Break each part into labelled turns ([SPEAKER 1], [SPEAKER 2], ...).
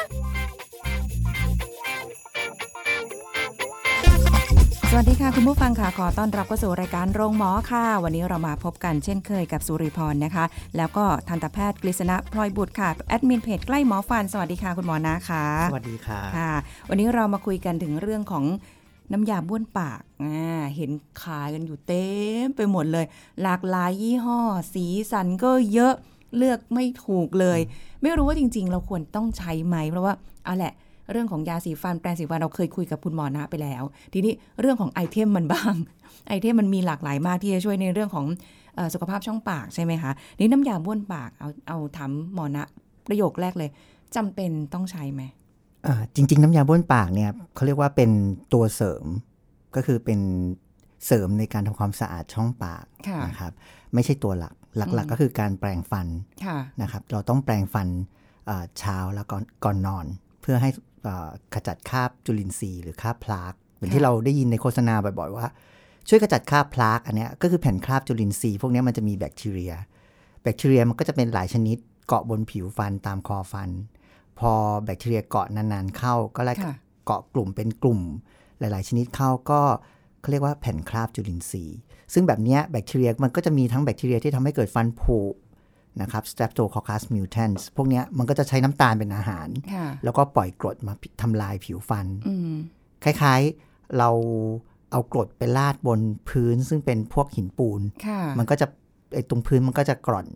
[SPEAKER 1] ล
[SPEAKER 2] สวัสดีค่ะ คุณผู้ฟังค่ะ ขอต้อนรับเข้าสู่รายการโรงหมอค่ะ วันนี้เรามาพบกันเช่นเคยกับสุริพรนะคะ แล้วก็ทันตแพทย์กฤษณะพลอยบุตรค่ะแอดมินเพจใกล้หมอฟัน สวัสดีค่ะคุณหมอนะคะ
[SPEAKER 3] สวัสดีค่ะ
[SPEAKER 2] ค่ะ วันนี้เรามาคุยกันถึงเรื่องของน้ำยาบ้วนปากอ่าเห็นขายกันอยู่เต็มไปหมดเลย หลากหลายยี่ห้อ สีสันก็เยอะเลือกไม่ถูกเลย ไม่รู้ว่าจริง ๆ เราควรต้องใช้ไหมเพราะว่าเอาแหละ เรื่องของยาสีฟันแปรงสีฟันเราเคยคุยกับคุณหมอนะไปแล้ว ทีนี้เรื่องของไอเทมมันบ้าง ไอเทมมันมีหลากหลายมากที่จะช่วยในเรื่องของเออสุขภาพช่องปากใช่ไหมคะนี่น้ำยาบ้วนปากเอาเอาถามหมอนะประโยคแรกเลยจำเป็นต้องใช้ไหม
[SPEAKER 3] อ่าจริง ๆ น้ำยาบ้วนปากเนี่ยเขาเรียกว่าเป็นตัวเสริม ก็คือเป็นเสริมในการทำความสะอาดช่องปาก
[SPEAKER 2] ค่ะ
[SPEAKER 3] นะครับ ไม่ใช่ตัวหลัก หลั
[SPEAKER 2] อื
[SPEAKER 3] ก
[SPEAKER 2] ม
[SPEAKER 3] ๆก็คือการแปรงฟัน
[SPEAKER 2] ค่ะ
[SPEAKER 3] นะครับ เราต้องแปรงฟันอ่าเช้าแล้วก่อนก่อนนอน เพื่อให้อ่าขจัดคราบจุลินทรีย์หรือคราบพลากเหมือนที่เราได้ยินในโฆษณาบ่อยๆว่า ช่วยขจัดคราบพลากอันเนี้ยก็คือแผ่นคราบจุลินทรีย์พวกเนี้ยมันจะมีแบคทีเรีย แบคทีเรียมันก็จะเป็นหลายชนิดเกาะบนผิวฟันตามคอฟัน พอแบคทีเรียเกาะนานๆเข้าก็ไล่
[SPEAKER 2] ค่ะ
[SPEAKER 3] เกาะกลุ่มเป็นกลุ่ม หลายๆ ชนิดเข้าก็เขาเรียกว่าแผ่นคราบจุลินทรีย์ ซึ่งแบบเนี้ยแบคทีเรียมันก็จะมีทั้งแบคทีเรียที่ทำให้เกิดฟันผุนะครับ Streptococcus mutans พวกเนี้ยมันก็จะใช้น้ำตาลเป็นอาหาร
[SPEAKER 2] ค่ะ
[SPEAKER 3] แล้วก็ปล่อยกรดมาทำลายผิวฟัน
[SPEAKER 2] อืม
[SPEAKER 3] คล้ายๆเราเอากรดไปลาดบนพื้นซึ่งเป็นพวกหินปูน
[SPEAKER 2] ค่ะ
[SPEAKER 3] มันก็จะไอ้ตรงพื้นมันก็จะกร่อน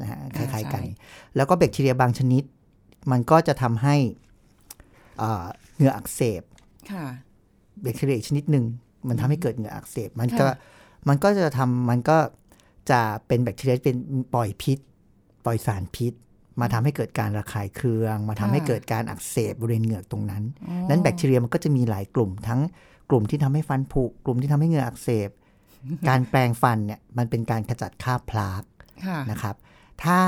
[SPEAKER 3] นะฮะค
[SPEAKER 2] อ่า
[SPEAKER 3] ล้าย ๆกัน
[SPEAKER 2] ใช่
[SPEAKER 3] แล้วก็แบคทีเรียบางชนิด มันก็จะทำให้อ่าเหงื่ออักเสบ
[SPEAKER 2] ค่ะ
[SPEAKER 3] แบคทีเรียอีกชนิดหนึ่งมันทำให้เกิดเหงื่ออักเสบ มันก็
[SPEAKER 2] ค่ะ
[SPEAKER 3] มันก็จะทำมันก็จะเป็นแบคทีเรียที่เป็นปล่อยพิษ ปล่อยสารพิษ มาทำให้เกิดการระคายเคือง มาทำให้เกิดการอักเสบบริเวณเหงือกตรงนั้น
[SPEAKER 2] อ๋อ
[SPEAKER 3] นั้นแบคทีเรียมันก็จะมีหลายกลุ่มทั้งกลุ่มที่ทำให้ฟันผุกลุ่มที่ทำให้เหงื่ออักเสบ การแปรงฟันเนี่ยมันเป็นการขจัดคราบพลาก
[SPEAKER 2] ค่ะ
[SPEAKER 3] นะครับ ถ้า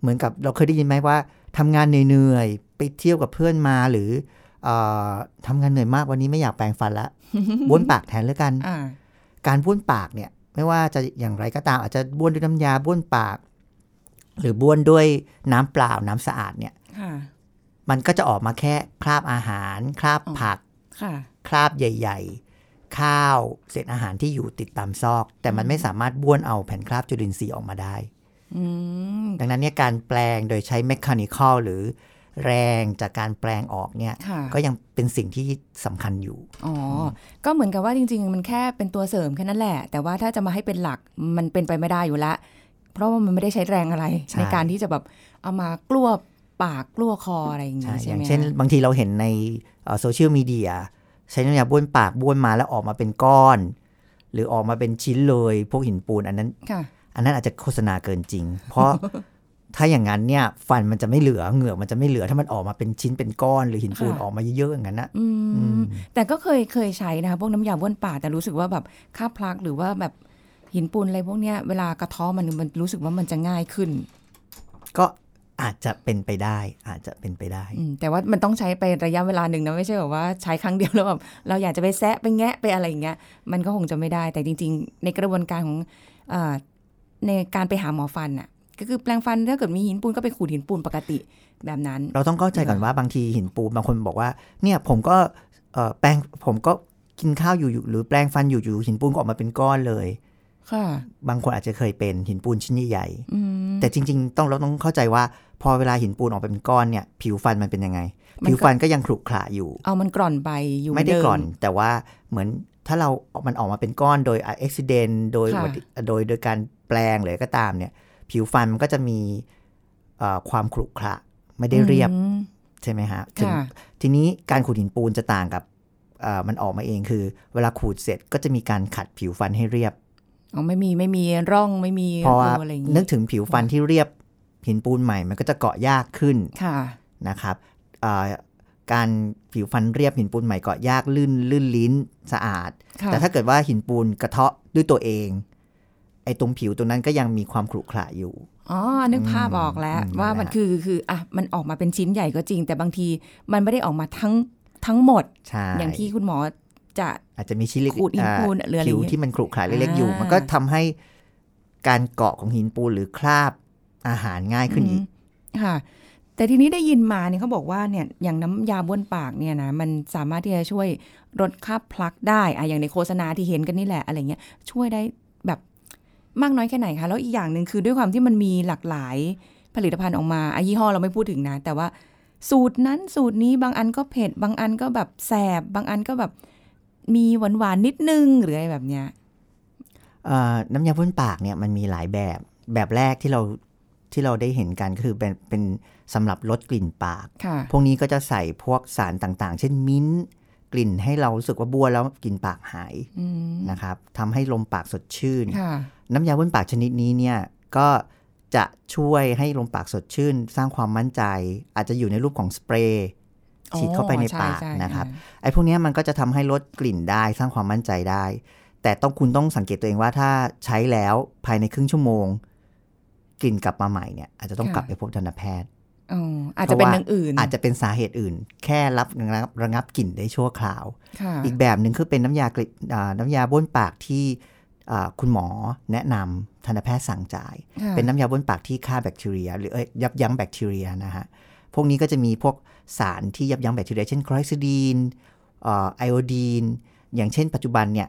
[SPEAKER 3] เหมือนกับเราเคยได้ยินไหมว่าทำงานเหนื่อยๆไปเที่ยวกับเพื่อนมาหรือเออทำงานเหนื่อยมากวันนี้ไม่อยากแปรงฟัน ละ บ้วนปากแทนแล้วกัน
[SPEAKER 2] อ่า
[SPEAKER 3] การบ้วนปากเนี่ยไม่ว่าจะอย่างไรก็ตามอาจจะบ้วนด้วยน้ำยาบ้วนปาก หรือบ้วนด้วยน้ำเปล่าน้ำสะอาดเนี่ย
[SPEAKER 2] ค่ะ
[SPEAKER 3] มันก็จะออกมาแค่คราบอาหาร คราบ
[SPEAKER 2] อ๋อ
[SPEAKER 3] ผัก
[SPEAKER 2] ค่ะ
[SPEAKER 3] คราบใหญ่ ๆ ข้าวเศษอาหารที่อยู่ติดตามซอก แต่มันไม่สามารถบ้วนเอาแผ่นคราบจุลินทรีย์ออกมาได้
[SPEAKER 2] อืม
[SPEAKER 3] ดังนั้นเนี่ยการแปลงโดยใช้เมคานิคอลหรือแรงจากการแปลงออกเนี่ย
[SPEAKER 2] ค่ะ
[SPEAKER 3] ก็ยังเป็นสิ่งที่สำคัญอยู่
[SPEAKER 2] อ๋อ ก็เหมือนกับว่าจริง ๆ มันแค่เป็นตัวเสริมแค่นั้นแหละ แต่ว่าถ้าจะมาให้เป็นหลักมันเป็นไปไม่ได้อยู่ละ เพราะว่ามันไม่ได้ใช้แรงอะไร
[SPEAKER 3] ใช่
[SPEAKER 2] ในการที่จะแบบเอามากลัวปากกลัวคออะไรอย่าง
[SPEAKER 3] ใช่
[SPEAKER 2] นี้ใช่ไห
[SPEAKER 3] อย่าง
[SPEAKER 2] ม
[SPEAKER 3] เช่น บางทีเราเห็นในโซเชียลมีเดียใช้น้ำยาบ้วนปากบ้วนมาแล้วออกมาเป็นก้อน หรือออกมาเป็นชิ้นเลยพวกหินปูนอันนั้น
[SPEAKER 2] ค่ะ
[SPEAKER 3] อันนั้นอาจจะโฆษณาเกินจริง เพ ราะ ถ้าอย่างนั้นเนี่ยฟันมันจะไม่เหลือเหงือกมันจะไม่เหลือถ้ามันออกมาเป็นชิ้นเป็นก้อนหรือหินปูน
[SPEAKER 2] ค่ะ
[SPEAKER 3] ออกมาเยอะๆอย่างนั้นนะ
[SPEAKER 2] อื
[SPEAKER 3] อื
[SPEAKER 2] ม
[SPEAKER 3] ม
[SPEAKER 2] แต่ก็เคยเคยใช้นะคะพวกน้ำยาบ้วนปากแต่รู้สึกว่าแบบค่าบพลักหรือว่าแบบหินปูนอะไรพวกเนี้ยเวลากระเท้อมันมันรู้สึกว่ามันจะง่ายขึ้น
[SPEAKER 3] ก็อาจจะเป็นไปได้ อาจจะเป็นไปได้
[SPEAKER 2] อืมแต่ว่ามันต้องใช้ไประยะเวลาหนึ่งนะไม่ใช่แบบว่าใช้ครั้งเดียวแล้วแบบเราอยากจะไปแซะไปแงะไปอะไรอย่างเงี้ยมันก็คงจะไม่ได้แต่จริง ๆ ในกระบวนการของเออในการไปหาหมอฟันน่ะก็คือแปลงฟันถ้าเกิดมีหินปูนก็ไปขูดหินปูนปกติแบบนั้น
[SPEAKER 3] เราต้องเข้าใจก่อนว่าบางทีหินปูนบางคนบอกว่าเนี่ยผมก็เอ่อแปรงผมก็กินข้าวอยู่อยู่หรือแปรงฟันอยู่อยู่หินปูนก็ออกมาเป็นก้อนเลย
[SPEAKER 2] ค่ะ
[SPEAKER 3] บางคนอาจจะเคยเป็นหินปูนชิ้นใหญ่
[SPEAKER 2] อืม
[SPEAKER 3] ๆแต่จริง ๆ ต้องเราต้องเข้าใจว่า พอเวลาหินปูนออกมาเป็นก้อนเนี่ยผิวฟันมันเป็นยังไง
[SPEAKER 2] มันก็
[SPEAKER 3] ผิวฟันก็ยังขรุขระอยู่
[SPEAKER 2] เอามันกร่อนไปอยู่
[SPEAKER 3] ไม่ได้
[SPEAKER 2] เ
[SPEAKER 3] ก่อนแต่ว่าเหมือนถ้าเรามันออกมาเป็นก้อนโดยอุบิเหตุโดย
[SPEAKER 2] ค่ะ
[SPEAKER 3] อุบัติโดยโดยการแปลงหรืออะไรก็ตามเนี่ย ผิวฟันมันก็จะมีเอ่อความขรุขระไม่ได้เรียบ
[SPEAKER 2] อืม
[SPEAKER 3] ใช่ไหมฮะถึง
[SPEAKER 2] ค่ะ
[SPEAKER 3] ทีนี้การขูดหินปูนจะต่างกับเอ่อมันออกมาเองคือ เวลาขูดเสร็จก็จะมีการขัดผิวฟันให้เรียบ
[SPEAKER 2] อ๋อไม่มีไม่มีร่องไม่มี
[SPEAKER 3] เพราะว่า
[SPEAKER 2] รูอะไรอย่างงี้
[SPEAKER 3] นึกถึงผิวฟันที่เรียบหินปูนใหม่ มันก็จะเกาะยากขึ้น
[SPEAKER 2] ค่ะ
[SPEAKER 3] นะครับเอ่อ การผิวฟันเรียบหินปูนใหม่เกาะยากลื่นลื่นลิ้นสะอาด
[SPEAKER 2] ค่ะ
[SPEAKER 3] แต่ถ้าเกิดว่าหินปูนกระเทาะด้วยตัวเอง ไอ้ตรงผิวตรงนั้นก็ยังมีความขรุขระอยู่
[SPEAKER 2] อ๋อนึกภาพออกแล้ว
[SPEAKER 3] อืม
[SPEAKER 2] ว่ามัน
[SPEAKER 3] นั่นแหละ
[SPEAKER 2] คือคืออ่ะมันออกมาเป็นชิ้นใหญ่ก็จริง แต่บางทีมันไม่ได้ออกมาทั้งทั้งหมด
[SPEAKER 3] ใช่
[SPEAKER 2] อย่างที่คุณหมอจะ
[SPEAKER 3] อาจจะมีชิ้นเล็ก
[SPEAKER 2] ขูดหินปูน
[SPEAKER 3] อ่า
[SPEAKER 2] หรืออะไร
[SPEAKER 3] ผิว
[SPEAKER 2] อย่างเงี้ย
[SPEAKER 3] ที่มันขรุขระเล็กๆอยู่
[SPEAKER 2] อ่ามั
[SPEAKER 3] มันก็ทำให้การเกาะของหินปูนหรือคราบอาหารง่ายขึ้นอีก
[SPEAKER 2] มค่ะ แต่ทีนี้ได้ยินมาเนี่ยเขาบอกว่าเนี่ยอย่างน้ำยาบ้วนปากเนี่ยนะมันสามารถที่จะช่วยลดคราบพลักได้อะอย่างในโฆษณาที่เห็นกันนี่แหละอะไรเงี้ยช่วยได้แบบมากน้อยแค่ไหนคะแล้วอีกอย่างหนึ่งคือด้วยความที่มันมีหลากหลายผลิตภัณฑ์ออกมาอะยี่ห้อเราไม่พูดถึงนะ แต่ว่าสูตรนั้นสูตรนี้บางอันก็เผ็ดบางอันก็แบบแสบบางอันก็แบบมีหวานๆนิดนึงหรืออะไรแบบเนี้ย
[SPEAKER 3] เอ่อน้ำยาพ่นปากเนี่ยมันมีหลายแบบแบบแรกที่เราที่เราได้เห็นกันก็คือเป็นเป็นสำหรับลดกลิ่นปาก
[SPEAKER 2] ค่ะ
[SPEAKER 3] พวกนี้ก็จะใส่พวกสารต่างๆ เช่นมิ้นท์กลิ่นให้เรารู้สึกว่าบ้วนแล้วกลิ่นปากหาย
[SPEAKER 2] อืม
[SPEAKER 3] นะครับทำให้ลมปากสดชื่น
[SPEAKER 2] ค่ะ
[SPEAKER 3] น้ำยาพ่นปากชนิดนี้เนี่ยก็จะช่วยให้ลมปากสดชื่น สร้างความมั่นใจ อาจจะอยู่ในรูปของสเปรย์ฉีดเข้าไปในปาก
[SPEAKER 2] อ๋อช่ช่
[SPEAKER 3] นะครับ
[SPEAKER 2] อ่
[SPEAKER 3] ไอ้พวกเนี้ยมันก็จะทำให้ลดกลิ่นได้สร้างความมั่นใจได้ แต่ต้องคุณต้องสังเกตตัวเองว่าถ้าใช้แล้วภายในครึ่งชั่วโมง กลิ่นกลับมาใหม่เนี่ยอาจจะต้องกลับไปพบทันตแพทย์
[SPEAKER 2] อ๋ออาจจะเป็น
[SPEAKER 3] เพ
[SPEAKER 2] อ
[SPEAKER 3] ราะว่า
[SPEAKER 2] ย่างอื่น
[SPEAKER 3] อาจจะเป็นสาเหตุอื่น แค่รับระงับระงับกลิ่นได้ชั่วคราว
[SPEAKER 2] ค่ะ
[SPEAKER 3] อีกแบบหนึ่งคือเป็นน้ำยากลิ่นอ่าน้ำยาบ้วนปากที่อ่าคุณหมอแนะนำทันตแพทย์สั่งจ่าย
[SPEAKER 2] ค่ะ
[SPEAKER 3] เป็นน้ำยาบ้วนปากที่ฆ่าแบคทีเรีย หรือเอ้ยยับยั้งแบคทีเรียนะฮะ พวกนี้ก็จะมีพวกสารที่ยับยั้งแบคทีเรีย เช่นคลอริซิดีนเอ่อไอโอดีน อย่างเช่นปัจจุบันเนี่ย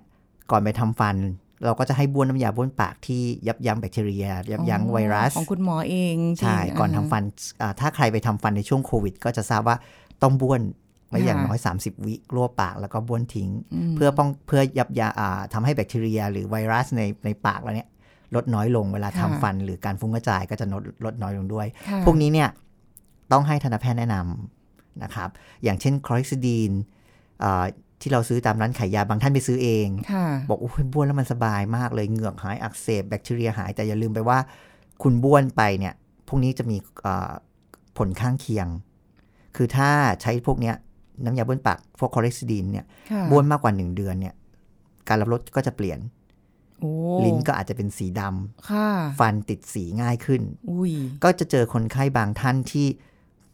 [SPEAKER 3] ก่อนไปทำฟัน เราก็จะให้บ้วนน้ำยาบ้วนปากที่ยับยั้งแบคทีเรีย ยับยั้งไวรัส
[SPEAKER 2] ของคุณหมอเองจริง
[SPEAKER 3] ใช่ ก่อนทำฟันอ่าถ้าใครไปทำฟันในช่วงโควิด ก็จะทราบว่าต้องบ้วนไว้อย่างน้อย 30 วิกลัวปากแล้วก็บ้วนทิ้ง
[SPEAKER 2] ม
[SPEAKER 3] เพื่อป้องเพื่อยับยาอ่าทำให้แบคทีเรีย หรือไวรัสในในปากเราเนี่ยลดน้อยลงเวลาทำฟัน หรือการฟุ้งกระจายก็จะลดลดน้อยลงด้วย
[SPEAKER 2] ค่ะ
[SPEAKER 3] พวกนี้เนี่ยต้องให้ทันตแพทย์แนะนำนะครับ อย่างเช่นคลอริซิดีนอ่าที่เราซื้อตามร้านขายยาบางท่านไปซื้อเอง
[SPEAKER 2] ค่ะ
[SPEAKER 3] บอกโอ้ยบ้วนแล้วมันสบายมากเลยเหงือกหายอักเสบแบคทีเรียหายแต่อย่าลืมไปว่า คุณบ้วนไปเนี่ย พวกนี้จะมีเอ่อผลข้างเคียง คือถ้าใช้พวกเนี้ยน้ำยาบ้วนปากพวกคอเร็กซิดีนเนี่ย
[SPEAKER 2] ค่ะ
[SPEAKER 3] บ้วนมากกว่า 1 เดือนเนี่ย การรับรสก็จะเปลี่ยน
[SPEAKER 2] โอ้
[SPEAKER 3] ลิ้นก็อาจจะเป็นสีดำ
[SPEAKER 2] ค่ะ
[SPEAKER 3] ฟันติดสีง่ายขึ้น
[SPEAKER 2] อุ้ย
[SPEAKER 3] ก็จะเจอคนไข้บางท่านที่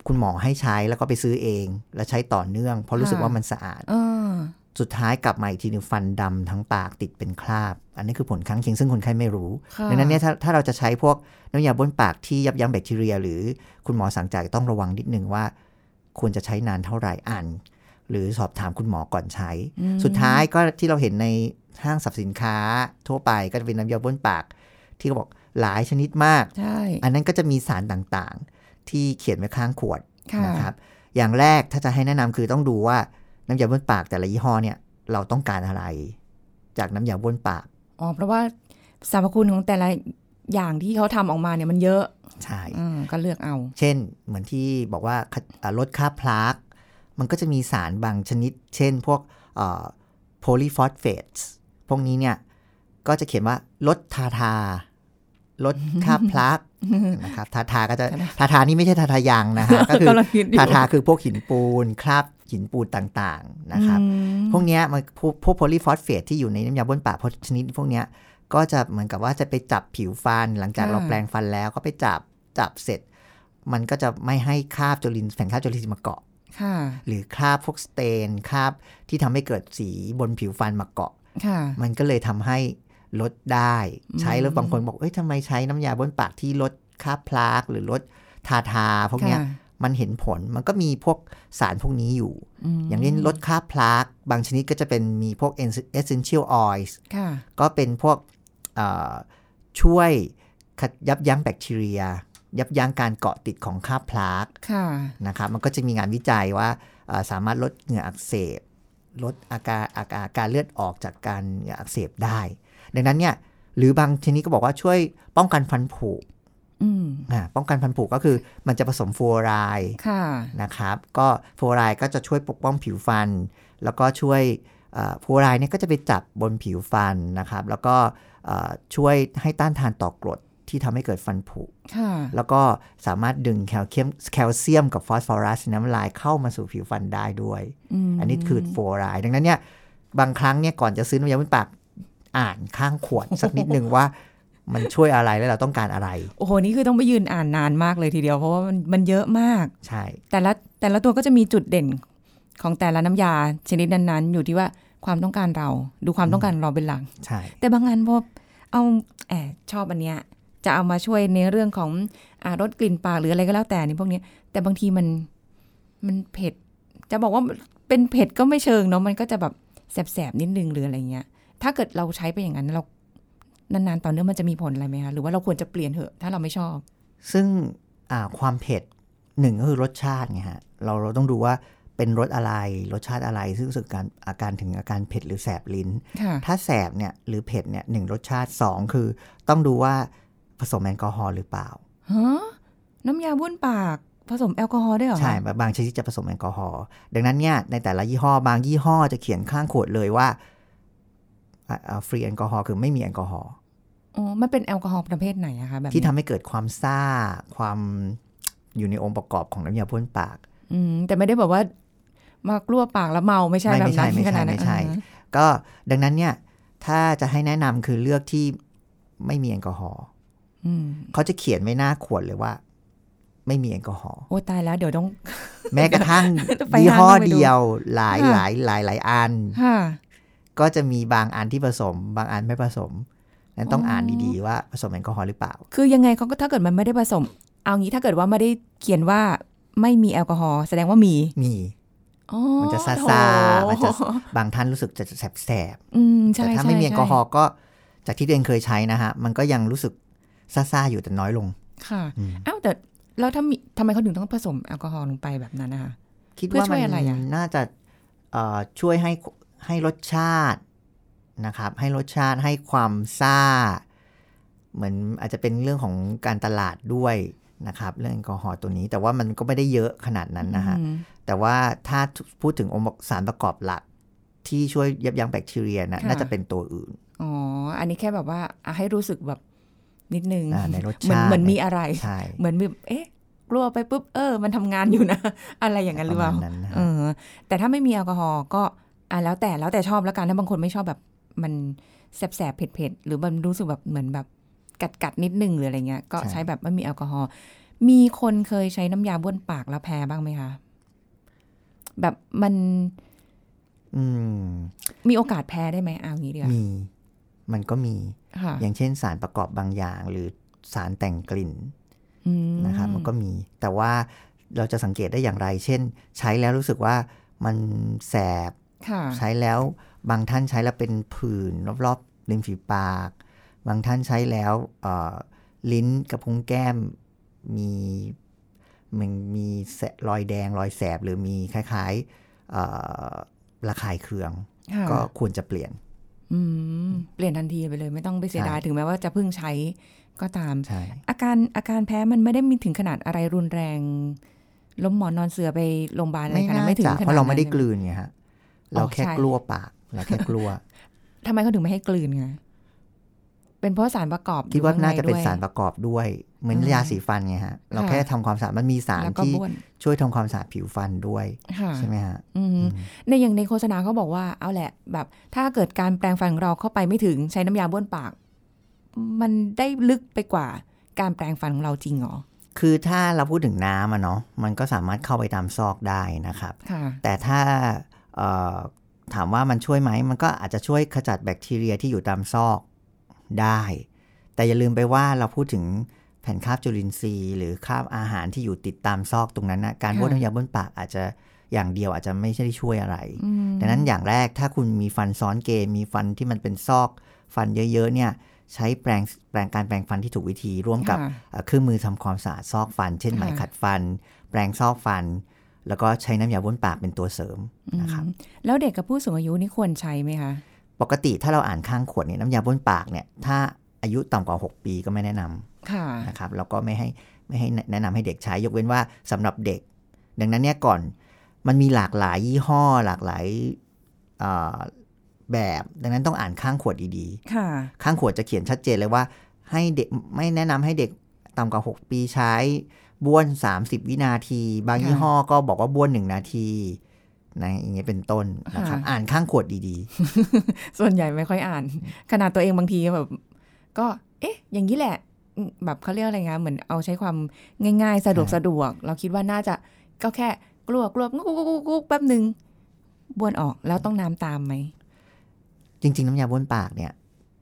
[SPEAKER 3] คุณหมอให้ใช้แล้วก็ไปซื้อเอง แล้วใช้ต่อเนื่อง เพราะรู้สึกว่ามันสะอาด
[SPEAKER 2] เออ
[SPEAKER 3] สุดท้ายกลับมาอีกทีหนึงฟันดำทั้งปากติดเป็นคราบ อันนี้คือผลข้างเคียงซึ่งคนไข้ไม่รู้
[SPEAKER 2] ค่ะ
[SPEAKER 3] ดังนั้นเนี่ยถ้าถ้าเราจะใช้พวกน้ำยาบ้วนปากที่ยับยั้งแบคทีเรีย หรือคุณหมอสั่งจ่ายต้องระวังนิดนึงว่า ควรจะใช้นานเท่าไหร่อ่าน หรือสอบถามคุณหมอก่อนใช้
[SPEAKER 2] อืม
[SPEAKER 3] สุดท้ายก็ที่เราเห็นในห้างสรรพสินค้าทั่วไปก็จะเป็นน้ำยาบ้วนปาก ที่เขาบอกหลายชนิดมาก
[SPEAKER 2] ใช่
[SPEAKER 3] อันนั้นก็จะมีสารต่างๆ ที่เขียนไว้ข้างขวด
[SPEAKER 2] ค่ะ
[SPEAKER 3] นะครับอย่างแรกถ้าจะให้แนะนำคือต้องดูว่าน้ำยาบ้วนปากแต่ละยี่ห้อเนี่ยเราต้องการอะไร จากน้ำยาบ้วนปาก
[SPEAKER 2] อ๋อเพราะว่าสรรพคุณของแต่ละอย่างที่เขาทำออกมาเนี่ยมันเยอะ
[SPEAKER 3] ใช่
[SPEAKER 2] อืมก็เลือกเอา
[SPEAKER 3] เช่นเหมือนที่บอกว่าขะอ่าลดค่าพลาสมันก็จะมีสารบางชนิด เช่นพวกโพลีฟอสเฟตพวกนี้เนี่ยก็จะเขียนว่าลดทาทา ลดค่าพลาสนะครับทาทาก็จะทาทานี่ไม่ใช่ทาทายางนะฮะ ก็คือ
[SPEAKER 2] กำลังคิดอยู่
[SPEAKER 3] ทาทาคือพวกหินปูน คราบหินปูนต่างๆนะครับ
[SPEAKER 2] อืม
[SPEAKER 3] พวกเนี้ยมันพวกพวกโพลีฟอสเฟตที่อยู่ในน้ำยาบ้วนปากพวกชนิดพวกเนี้ยก็จะเหมือนกับว่าจะไปจับผิวฟัน หลังจากเราแปรงฟันแล้วก็ไปจับจับเสร็จ มันก็จะไม่ให้คราบจุลินแฝงคราบจุลินทรีย์มาเกาะ
[SPEAKER 2] ค่ะ
[SPEAKER 3] หรือคราบพวกสเตนคราบที่ทำให้เกิดสีบนผิวฟันมาเกาะ
[SPEAKER 2] ค่ะ
[SPEAKER 3] มันก็เลยทำให้ลดได้ ใช้แล้ว
[SPEAKER 2] อืม
[SPEAKER 3] บางคนบอกเอ้ยทำไมใช้น้ำยาบ้วนปากที่ลดคราบพลากหรือลดทาทาพวกเนี้ย
[SPEAKER 2] ค่ะ
[SPEAKER 3] มันเห็นผลมันก็มีพวกสารพวกนี้อยู่
[SPEAKER 2] ม
[SPEAKER 3] อย่างเช่นลดคราบพลากบางชนิดก็จะเป็นมีพวก essential oils
[SPEAKER 2] ค่ะ
[SPEAKER 3] ก็เป็นพวกเอ่อช่วยขดยับยั้งแบคทีเรีย ยับยั้งการเกาะติดของคราบพลาก
[SPEAKER 2] ค่ะ
[SPEAKER 3] นะครับมันก็จะมีงานวิจัยว่าเอ่อสามารถลดเหงื่ออักเสบ ลดอาการอาการอาการเลือดออกจากการเหงื่ออักเสบได้ ดังนั้นเนี่ยหรือบางชนิดก็บอกว่าช่วยป้องกันฟันผุ
[SPEAKER 2] อืม
[SPEAKER 3] อ่าป้องกันฟันผุก็คือมันจะผสมฟลูออไรด์
[SPEAKER 2] ค่ะ
[SPEAKER 3] นะครับก็ฟลูออไรด์ก็จะช่วยปกป้องผิวฟัน แล้วก็ช่วยเอ่อฟลูออไรด์เนี่ยก็จะไปจับบนผิวฟันนะครับ แล้วก็เอ่อช่วยให้ต้านทานต่อกรด ที่ทำให้เกิดฟันผุ
[SPEAKER 2] ค่ะ
[SPEAKER 3] แล้วก็สามารถดึงแคลเซียมแคลเซียมกับฟอสฟอรัสในน้ำลายเข้ามาสู่ผิวฟันได้ด้วย
[SPEAKER 2] ม
[SPEAKER 3] อันนี้คือฟลูออไรด์ดังนั้นเนี่ยบางครั้งเนี่ยก่อนจะซื้อน้ำยาบ้วนปากอ่านข้างขวด สักนิดหนึ่งว่ามันช่วยอะไรและเราต้องการอะไร
[SPEAKER 2] โอ้โห นี่คือต้องไปยืนอ่านนานมากเลยทีเดียว เพราะว่ามันมันเยอะมาก
[SPEAKER 3] ใช่
[SPEAKER 2] แต่ละแต่ละตัวก็จะมีจุดเด่นของแต่ละน้ำยาชนิดนั้นๆ อยู่ที่ว่าความต้องการเรา ดูความต้องการเราเป็นหลัก
[SPEAKER 3] ใช่
[SPEAKER 2] แต่บางอันพอเอาแอบชอบอันเนี้ยจะเอามาช่วยในเรื่องของอารสกลิ่นปากหรืออะไรก็แล้วแต่ในพวกเนี้ยแต่บางทีมันมันเผ็ด จะบอกว่าเป็นเผ็ดก็ไม่เชิงเนาะมันก็จะแบบแสบๆนิดนึงหรืออะไรเงี้ย ถ้าเกิดเราใช้ไปอย่างนั้นเรานานๆต่อเนื่องมันจะมีผลอะไรไหมคะหรือว่าเราควรจะเปลี่ยนเถอะถ้าเราไม่ชอบ
[SPEAKER 3] ซึ่งอ่าความเผ็ดหนึ่งก็คือรสชาติไงฮะเราเราต้องดูว่าเป็นรสอะไรรสชาติอะไร ซึ่งรู้สึกการอาการถึงอาการเผ็ดหรือแสบลิ้น
[SPEAKER 2] ค่ะ
[SPEAKER 3] ถ้าแสบเนี่ยหรือเผ็ดเนี่ยหนึ่งรสชาติสองคือ ต้องดูว่าผสมแอลกอฮอล์หรือเปล่า
[SPEAKER 2] ฮะน้ำยาบ้วนปากผสมแอลกอฮอล์ด้วยเหรอคะ
[SPEAKER 3] ใช่บางบางชนิดจะผสมแอลกอฮอล์ดังนั้นเนี่ยในแต่ละยี่ห้อบางยี่ห้อจะเขียนข้างขวดเลยว่าฟรีแอลกอฮอล์คือไม่มีแอลกอฮอล์
[SPEAKER 2] อ๋อมันเป็นแอลกอฮอล์ประเภทไหนอะคะแบบ
[SPEAKER 3] ที่ทำ
[SPEAKER 2] เนี้ย
[SPEAKER 3] ให้เกิดความซ่า ความอยู่ในองค์ประกอบของน้ำยาพ่นปาก
[SPEAKER 2] อืมแต่ไม่ได้แบบว่า มากลัวปากแล้วเมาไม่ใช่
[SPEAKER 3] ไม่
[SPEAKER 2] แบบนั้น
[SPEAKER 3] ไม่ใช่
[SPEAKER 2] ขนาดนั้น
[SPEAKER 3] ไม่ใช่
[SPEAKER 2] อ่าฮะ
[SPEAKER 3] ก็ดังนั้นเนี่ยถ้าจะให้แนะนำคือเลือกที่ไม่มีแอลกอฮอล์
[SPEAKER 2] อืม
[SPEAKER 3] เขาจะเขียนไว้หน้าขวดเลยว่า ไม่มีแอลกอฮอล์
[SPEAKER 2] โอ้ตายแล้วเดี๋ยว ต้อง
[SPEAKER 3] แม้กระทั่ง
[SPEAKER 2] ไป
[SPEAKER 3] ยี่ห้อ
[SPEAKER 2] ห้างต้องไปดู
[SPEAKER 3] เดียวหลาย
[SPEAKER 2] ค่ะ
[SPEAKER 3] หลายหลายหลายอัน
[SPEAKER 2] ค่ะ
[SPEAKER 3] ก็จะมีบางอันที่ผสม บางอันไม่ผสม นั้นต้อง
[SPEAKER 2] อ๋ออ่
[SPEAKER 3] อ่านดีๆว่าผสมแอลกอฮอล์หรือเปล่า
[SPEAKER 2] คือยังไงเขาก็ถ้าเกิดมันไม่ได้ผสม เอางี้ถ้าเกิดว่าไม่ได้เขียนว่าไม่มีแอลกอฮอล์แสดงว่ามี
[SPEAKER 3] มี
[SPEAKER 2] อ๋อ
[SPEAKER 3] มันจะ
[SPEAKER 2] โถ
[SPEAKER 3] ซาๆมันจะ บางท่านรู้สึกจะแสบ
[SPEAKER 2] อืม
[SPEAKER 3] ๆ
[SPEAKER 2] ใช่
[SPEAKER 3] แต่ถ้า
[SPEAKER 2] ใช่
[SPEAKER 3] ไม่มีแอลกอฮอ
[SPEAKER 2] ใช่
[SPEAKER 3] ล์ก็จากที่ตัวเองเคยใช้นะฮะ มันก็ยังรู้สึกซาๆอยู่แต่น้อยลง
[SPEAKER 2] ค่ะ
[SPEAKER 3] อืม
[SPEAKER 2] อ้าวแต่แล้วถ้ามีทำไมเขาถึงต้องผสมแอลกอฮอล์ลงไปแบบนั้นนะคะ
[SPEAKER 3] คิด
[SPEAKER 2] เพื่อ
[SPEAKER 3] ว่า
[SPEAKER 2] ช่
[SPEAKER 3] มั
[SPEAKER 2] วย
[SPEAKER 3] น
[SPEAKER 2] อะไรอ่ะ
[SPEAKER 3] น่าจะเอ่อช่วยให้ให้รสชาตินะครับ ให้รสชาติให้ความซ่า เหมือนอาจจะเป็นเรื่องของการตลาดด้วยนะครับ เรื่องแอลกอฮอล์ตัวนี้ แต่ว่ามันก็ไม่ได้เยอะขนาดนั้นนะฮะ
[SPEAKER 2] อืม
[SPEAKER 3] แต่ว่าถ้าพูดถึงองค์ประกอบสารประกอบหลัก ที่ช่วยยับยั้งแบคทีเรียนะ
[SPEAKER 2] ค่ะ
[SPEAKER 3] น่าจะเป็นตัวอื่น
[SPEAKER 2] อ๋อ อันนี้แค่แบบว่าอ่ะให้รู้สึกแบบนิดนึง
[SPEAKER 3] อ่าในรส
[SPEAKER 2] เหมือน
[SPEAKER 3] ชาติ
[SPEAKER 2] เหมือนมีอะไร
[SPEAKER 3] ใช่
[SPEAKER 2] เหมือนมีเอ๊ะกลัวไปปุ๊บ เออ มันทำงานอยู่นะ อะไรอย่างนั้นหรือ เปล่า
[SPEAKER 3] ปะมณนั้นนะฮะ
[SPEAKER 2] เออ แต่ถ้าไม่มีแอลกอฮอล์ก็อ่ะแล้วแต่แล้วแต่ชอบแล้วกัน ถ้าบางคนไม่ชอบแบบมันแสบๆ เผ็ดๆ หรือมันรู้สึกแบบเหมือนแบบกัดกัดๆนิดนึงหรืออะไรเงี้ย ก็ใช้แบบไม่มีแอลกอฮอล์ มีคนเคยใช้น้ำยาบ้วนปากแล้วแพ้บ้างไหมคะ แบบมัน
[SPEAKER 3] อืม
[SPEAKER 2] มีโอกาสแพ้ได้ไหมเอางี้ดีกว่า
[SPEAKER 3] มี มันก็มี
[SPEAKER 2] ค่ะ
[SPEAKER 3] อย่างเช่นสารประกอบบางอย่าง หรือสารแต่งกลิ่น
[SPEAKER 2] อื
[SPEAKER 3] นะครับมันก็มี แต่ว่าเราจะสังเกตได้อย่างไร เช่น ใช้แล้วรู้สึกว่ามันแสบ
[SPEAKER 2] ค่ะ
[SPEAKER 3] ใช้แล้วบางท่านใช้แล้วเป็นผื่นรอบๆริมฝีปาก บางท่านใช้แล้วเอ่อลิ้นกระพุ้งแก้มมีมันมีแสรอยแดงรอยแสบหรือมีคล้ายๆเอ่อระคายเคือง
[SPEAKER 2] ค่ะ
[SPEAKER 3] ก็ควรจะเปลี่ยน
[SPEAKER 2] อืมเปลี่ยนทันทีไปเลยไม่ต้องไปเสียดาย
[SPEAKER 3] ใช่
[SPEAKER 2] ถึงแม้ว่าจะเพิ่งใช้ก็ตาม
[SPEAKER 3] ใช่
[SPEAKER 2] อาการอาการแพ้มันไม่ได้มีถึงขนาดอะไรรุนแรง ล้มหมอนนอนเสือไปโรงพยาบาลอะไร
[SPEAKER 3] ไม่
[SPEAKER 2] ขนาด
[SPEAKER 3] น่า
[SPEAKER 2] ไม่ถึง
[SPEAKER 3] จะ
[SPEAKER 2] ขนาดนั้น
[SPEAKER 3] เพราะเราไม่ได้ก
[SPEAKER 2] น
[SPEAKER 3] ลืนไงฮะเราแค่
[SPEAKER 2] ใช่
[SPEAKER 3] กลัวปากเราแค่กลัว
[SPEAKER 2] ทำไมเขาถึงไม่ให้กลืนไงเป็นเพราะสารประกอบ
[SPEAKER 3] คิดว่า
[SPEAKER 2] อยู่ข้ง
[SPEAKER 3] น่าจะเป็น
[SPEAKER 2] ใด้วย
[SPEAKER 3] สารประกอบด้วย เหมือน
[SPEAKER 2] อืม
[SPEAKER 3] ยาสีฟันไงฮะเรา
[SPEAKER 2] ค่ะ
[SPEAKER 3] แค่ทำความสะอาดมันมีสาร
[SPEAKER 2] แล้วก็
[SPEAKER 3] ที่
[SPEAKER 2] บ้วน
[SPEAKER 3] ช่วยทำความสะอาดผิวฟันด้วย
[SPEAKER 2] ค่ะ
[SPEAKER 3] ใช่ไหมฮะ
[SPEAKER 2] อืม
[SPEAKER 3] อืม
[SPEAKER 2] ในอย่างในโฆษณาเขาบอกว่าเอาแหละ แบบ ถ้าเกิดการแปลงฟันของเราเข้าไปไม่ถึงใช้น้ำยาบ้วนปาก มันได้ลึกไปกว่า การแปลงฟันของเราจริงเหรอ
[SPEAKER 3] คือถ้าเราพูดถึงน้ำอะเนาะมันก็สามารถเข้าไปตามซอกได้นะครับ
[SPEAKER 2] ค่ะ
[SPEAKER 3] แต่ถ้าเอ่อถามว่ามันช่วยไหม มันก็อาจจะช่วยขจัดแบคทีเรียที่อยู่ตามซอกได้ แต่อย่าลืมไปว่าเราพูดถึงแผ่นคราบจุลินทรีย์ หรือคราบอาหารที่อยู่ติดตามซอกตรงนั้นนะการ
[SPEAKER 2] ค่ะ
[SPEAKER 3] พ่นน้ำยาบ้วนปากอาจจะอย่างเดียวอาจจะไม่ใช่ช่วยอะไร
[SPEAKER 2] อืม
[SPEAKER 3] ดังนั้นอย่างแรกถ้าคุณมีฟันซ้อนเกมมีฟันที่มันเป็นซอก ฟันเยอะๆเนี่ยใช้แปรงแปรงการแปรงฟันที่ถูกวิธีร่วมกับ
[SPEAKER 2] ค่ะ
[SPEAKER 3] เอ่อเครื่องมือทำความสะอาดซอกฟัน เช่น
[SPEAKER 2] ค่ะ
[SPEAKER 3] ไหมขัดฟัน แปรงซอกฟัน แล้วก็ใช้น้ำยาบ้วนปากเป็นตัวเสริมนะครับ
[SPEAKER 2] อืมแล้วเด็กกับผู้สูงอายุนี่ควรใช้ไหมคะ
[SPEAKER 3] ปกติถ้าเราอ่านข้างขวดเนี่ยน้ำยาบ้วนปากเนี่ยถ้าอายุต่ำกว่า 6 ปีก็ไม่แนะนำ
[SPEAKER 2] ค่ะ
[SPEAKER 3] นะครับแล้วก็ไม่ให้ไม่ให้แนะนำให้เด็กใช้ยกเว้นว่าสำหรับเด็ก ดังนั้นเนี่ยก่อนมันมีหลากหลายยี่ห้อ หลากหลายเอ่อแบบ ดังนั้นต้องอ่านข้างขวดดีๆ
[SPEAKER 2] ค่ะ
[SPEAKER 3] ข้างขวดจะเขียนชัดเจนเลยว่า ให้เด็กไม่แนะนำให้เด็กต่ำกว่า 6 ปีใช้บ้วน 30 วินาที บาง
[SPEAKER 2] ค่ะ
[SPEAKER 3] ยี่ห้อก็บอกว่าบ้วน 1 นาทีนะอย่างเงี้ยเป็นต้นนะครับ
[SPEAKER 2] ค่ะ
[SPEAKER 3] อ่านข้างขวดดี
[SPEAKER 2] ส่วนใหญ่ไม่ค่อยอ่าน ขนาดตัวเองบางทีแบบ ก็ เอ๊ะ อย่างนี้แหละอืมแบบเขาเรียกอะไรเงี้ยเหมือนเอาใช้ความง่าย ๆ สะดวกสะดวก เราคิดว่าน่าจะก็แค่กลัวกลัวกุ๊กกุ๊กกุ๊กกุ๊กแป๊บหนึ่งบ้วนออกแล้วต้องน้ำตามไหม
[SPEAKER 3] ๆ จริง ๆ น้ำยาบ้วนปากเนี่ย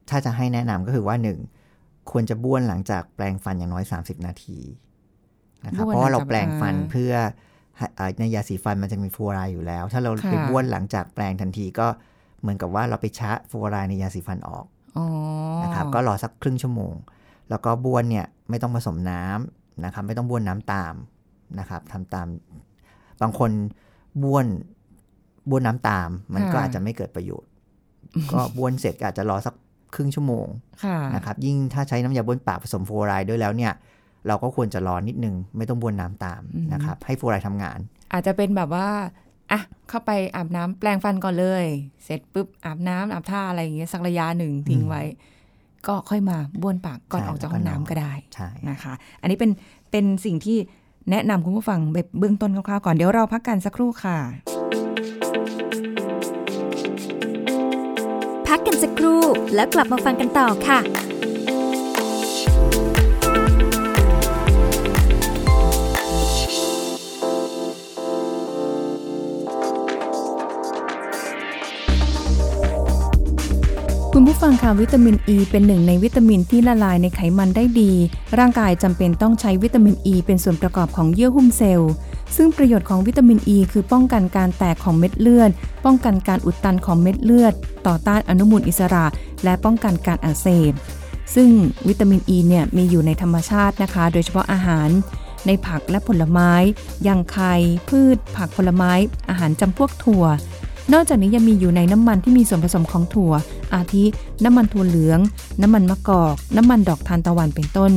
[SPEAKER 3] ถ้าจะให้แนะนำก็คือว่า 1 ควรจะบ้วนหลังจากแปรงฟันอย่างน้อย 30 นาทีนะครับ
[SPEAKER 2] บ้วน
[SPEAKER 3] เพราะว่า
[SPEAKER 2] หลั
[SPEAKER 3] เรา
[SPEAKER 2] งจาก
[SPEAKER 3] แปรงฟัน
[SPEAKER 2] อ่า
[SPEAKER 3] เพื่อให้อ่าในยาสีฟันมันจะมีฟลูออไรด์อยู่แล้ว ถ้าเรา
[SPEAKER 2] ค่ะ
[SPEAKER 3] ไปบ้วนหลังจากแปรงทันทีก็เหมือนกับว่าเราไปชะฟลูออไรด์ในยาสีฟันออก
[SPEAKER 2] อ๋อ
[SPEAKER 3] นะครับก็รอสักครึ่งชั่วโมง แล้วก็บ้วนเนี่ยไม่ต้องผสมน้ำนะครับไม่ต้องบ้วนน้ำตามนะครับทำตาม บางคนบ้วนบ้วนน้ำตาม มันก็อาจจะไม่เกิดประโยชน์ ก็บ้วนเสร็จก็อาจจะรอสักครึ่งชั่วโมง
[SPEAKER 2] ค่ะ
[SPEAKER 3] นะครับยิ่งถ้าใช้น้ำยาบ้วนปากผสมฟลูออไรด์ด้วยแล้วเนี่ย เราก็ควรจะรอนิดนึง ไม่ต้องบ้วนน้ำตามนะครับให้ฟลูออไรด์ทำงาน
[SPEAKER 2] อาจจะเป็นแบบว่าอ่ะเข้าไปอาบน้ำแปลงฟันก่อนเลย เสร็จปุ๊บอาบน้ำอาบท่าอะไรอย่างเงี้ยสักระยะหนึ่งทิ้งไว้ ก็ค่อยมาบ้วนปากก่อน
[SPEAKER 3] ใช่
[SPEAKER 2] ออกจาก
[SPEAKER 3] แล้ว
[SPEAKER 2] ห้อ
[SPEAKER 3] ก็
[SPEAKER 2] งน้ำ
[SPEAKER 3] นอน
[SPEAKER 2] ก็ได้
[SPEAKER 3] ใช่
[SPEAKER 2] นะคะ อันนี้เป็นเป็นสิ่งที่แนะนำคุณผู้ฟังแบบเบื้องต้นคร่าวๆก่อน เดี๋ยวเราพักกันสักครู่ค่ะ
[SPEAKER 1] พักกันสักครู่แล้วกลับมาฟังกันต่อค่ะ
[SPEAKER 2] คุณผู้ฟังค่ะวิตามินอ e ีเป็นหนึ่งในวิตามินที่ละลายในไขมันได้ดี ร่างกายจำเป็นต้องใช้วิตามินอ e ีเป็นส่วนประกอบของเยื่อหุ้มเซลล์ ซึ่งประโยชน์ของวิตามินอ e ีคือป้องกันการแตกของเม็ดเลือด ป้องกันการอุดตันของเม็ดเลือด ต่อต้านอนุมูลอิสระ และป้องกันการอักเสบ ซึ่งวิตามินอ e ีเนี่ยมีอยู่ในธรรมชาตินะคะ โดยเฉพาะอาหาร ในผักและผลไม้อย่างไข่พืช ผักผลไม้ อาหารจำพวกถั่ว นอกจากนี้ยังมีอยู่ในน้ำมันที่มีส่วนผสมของถั่ว อาทิ น้ำมันถั่วเหลือง น้ำมันมะกอก น้ำมันดอกทานตะวันเป็นต้น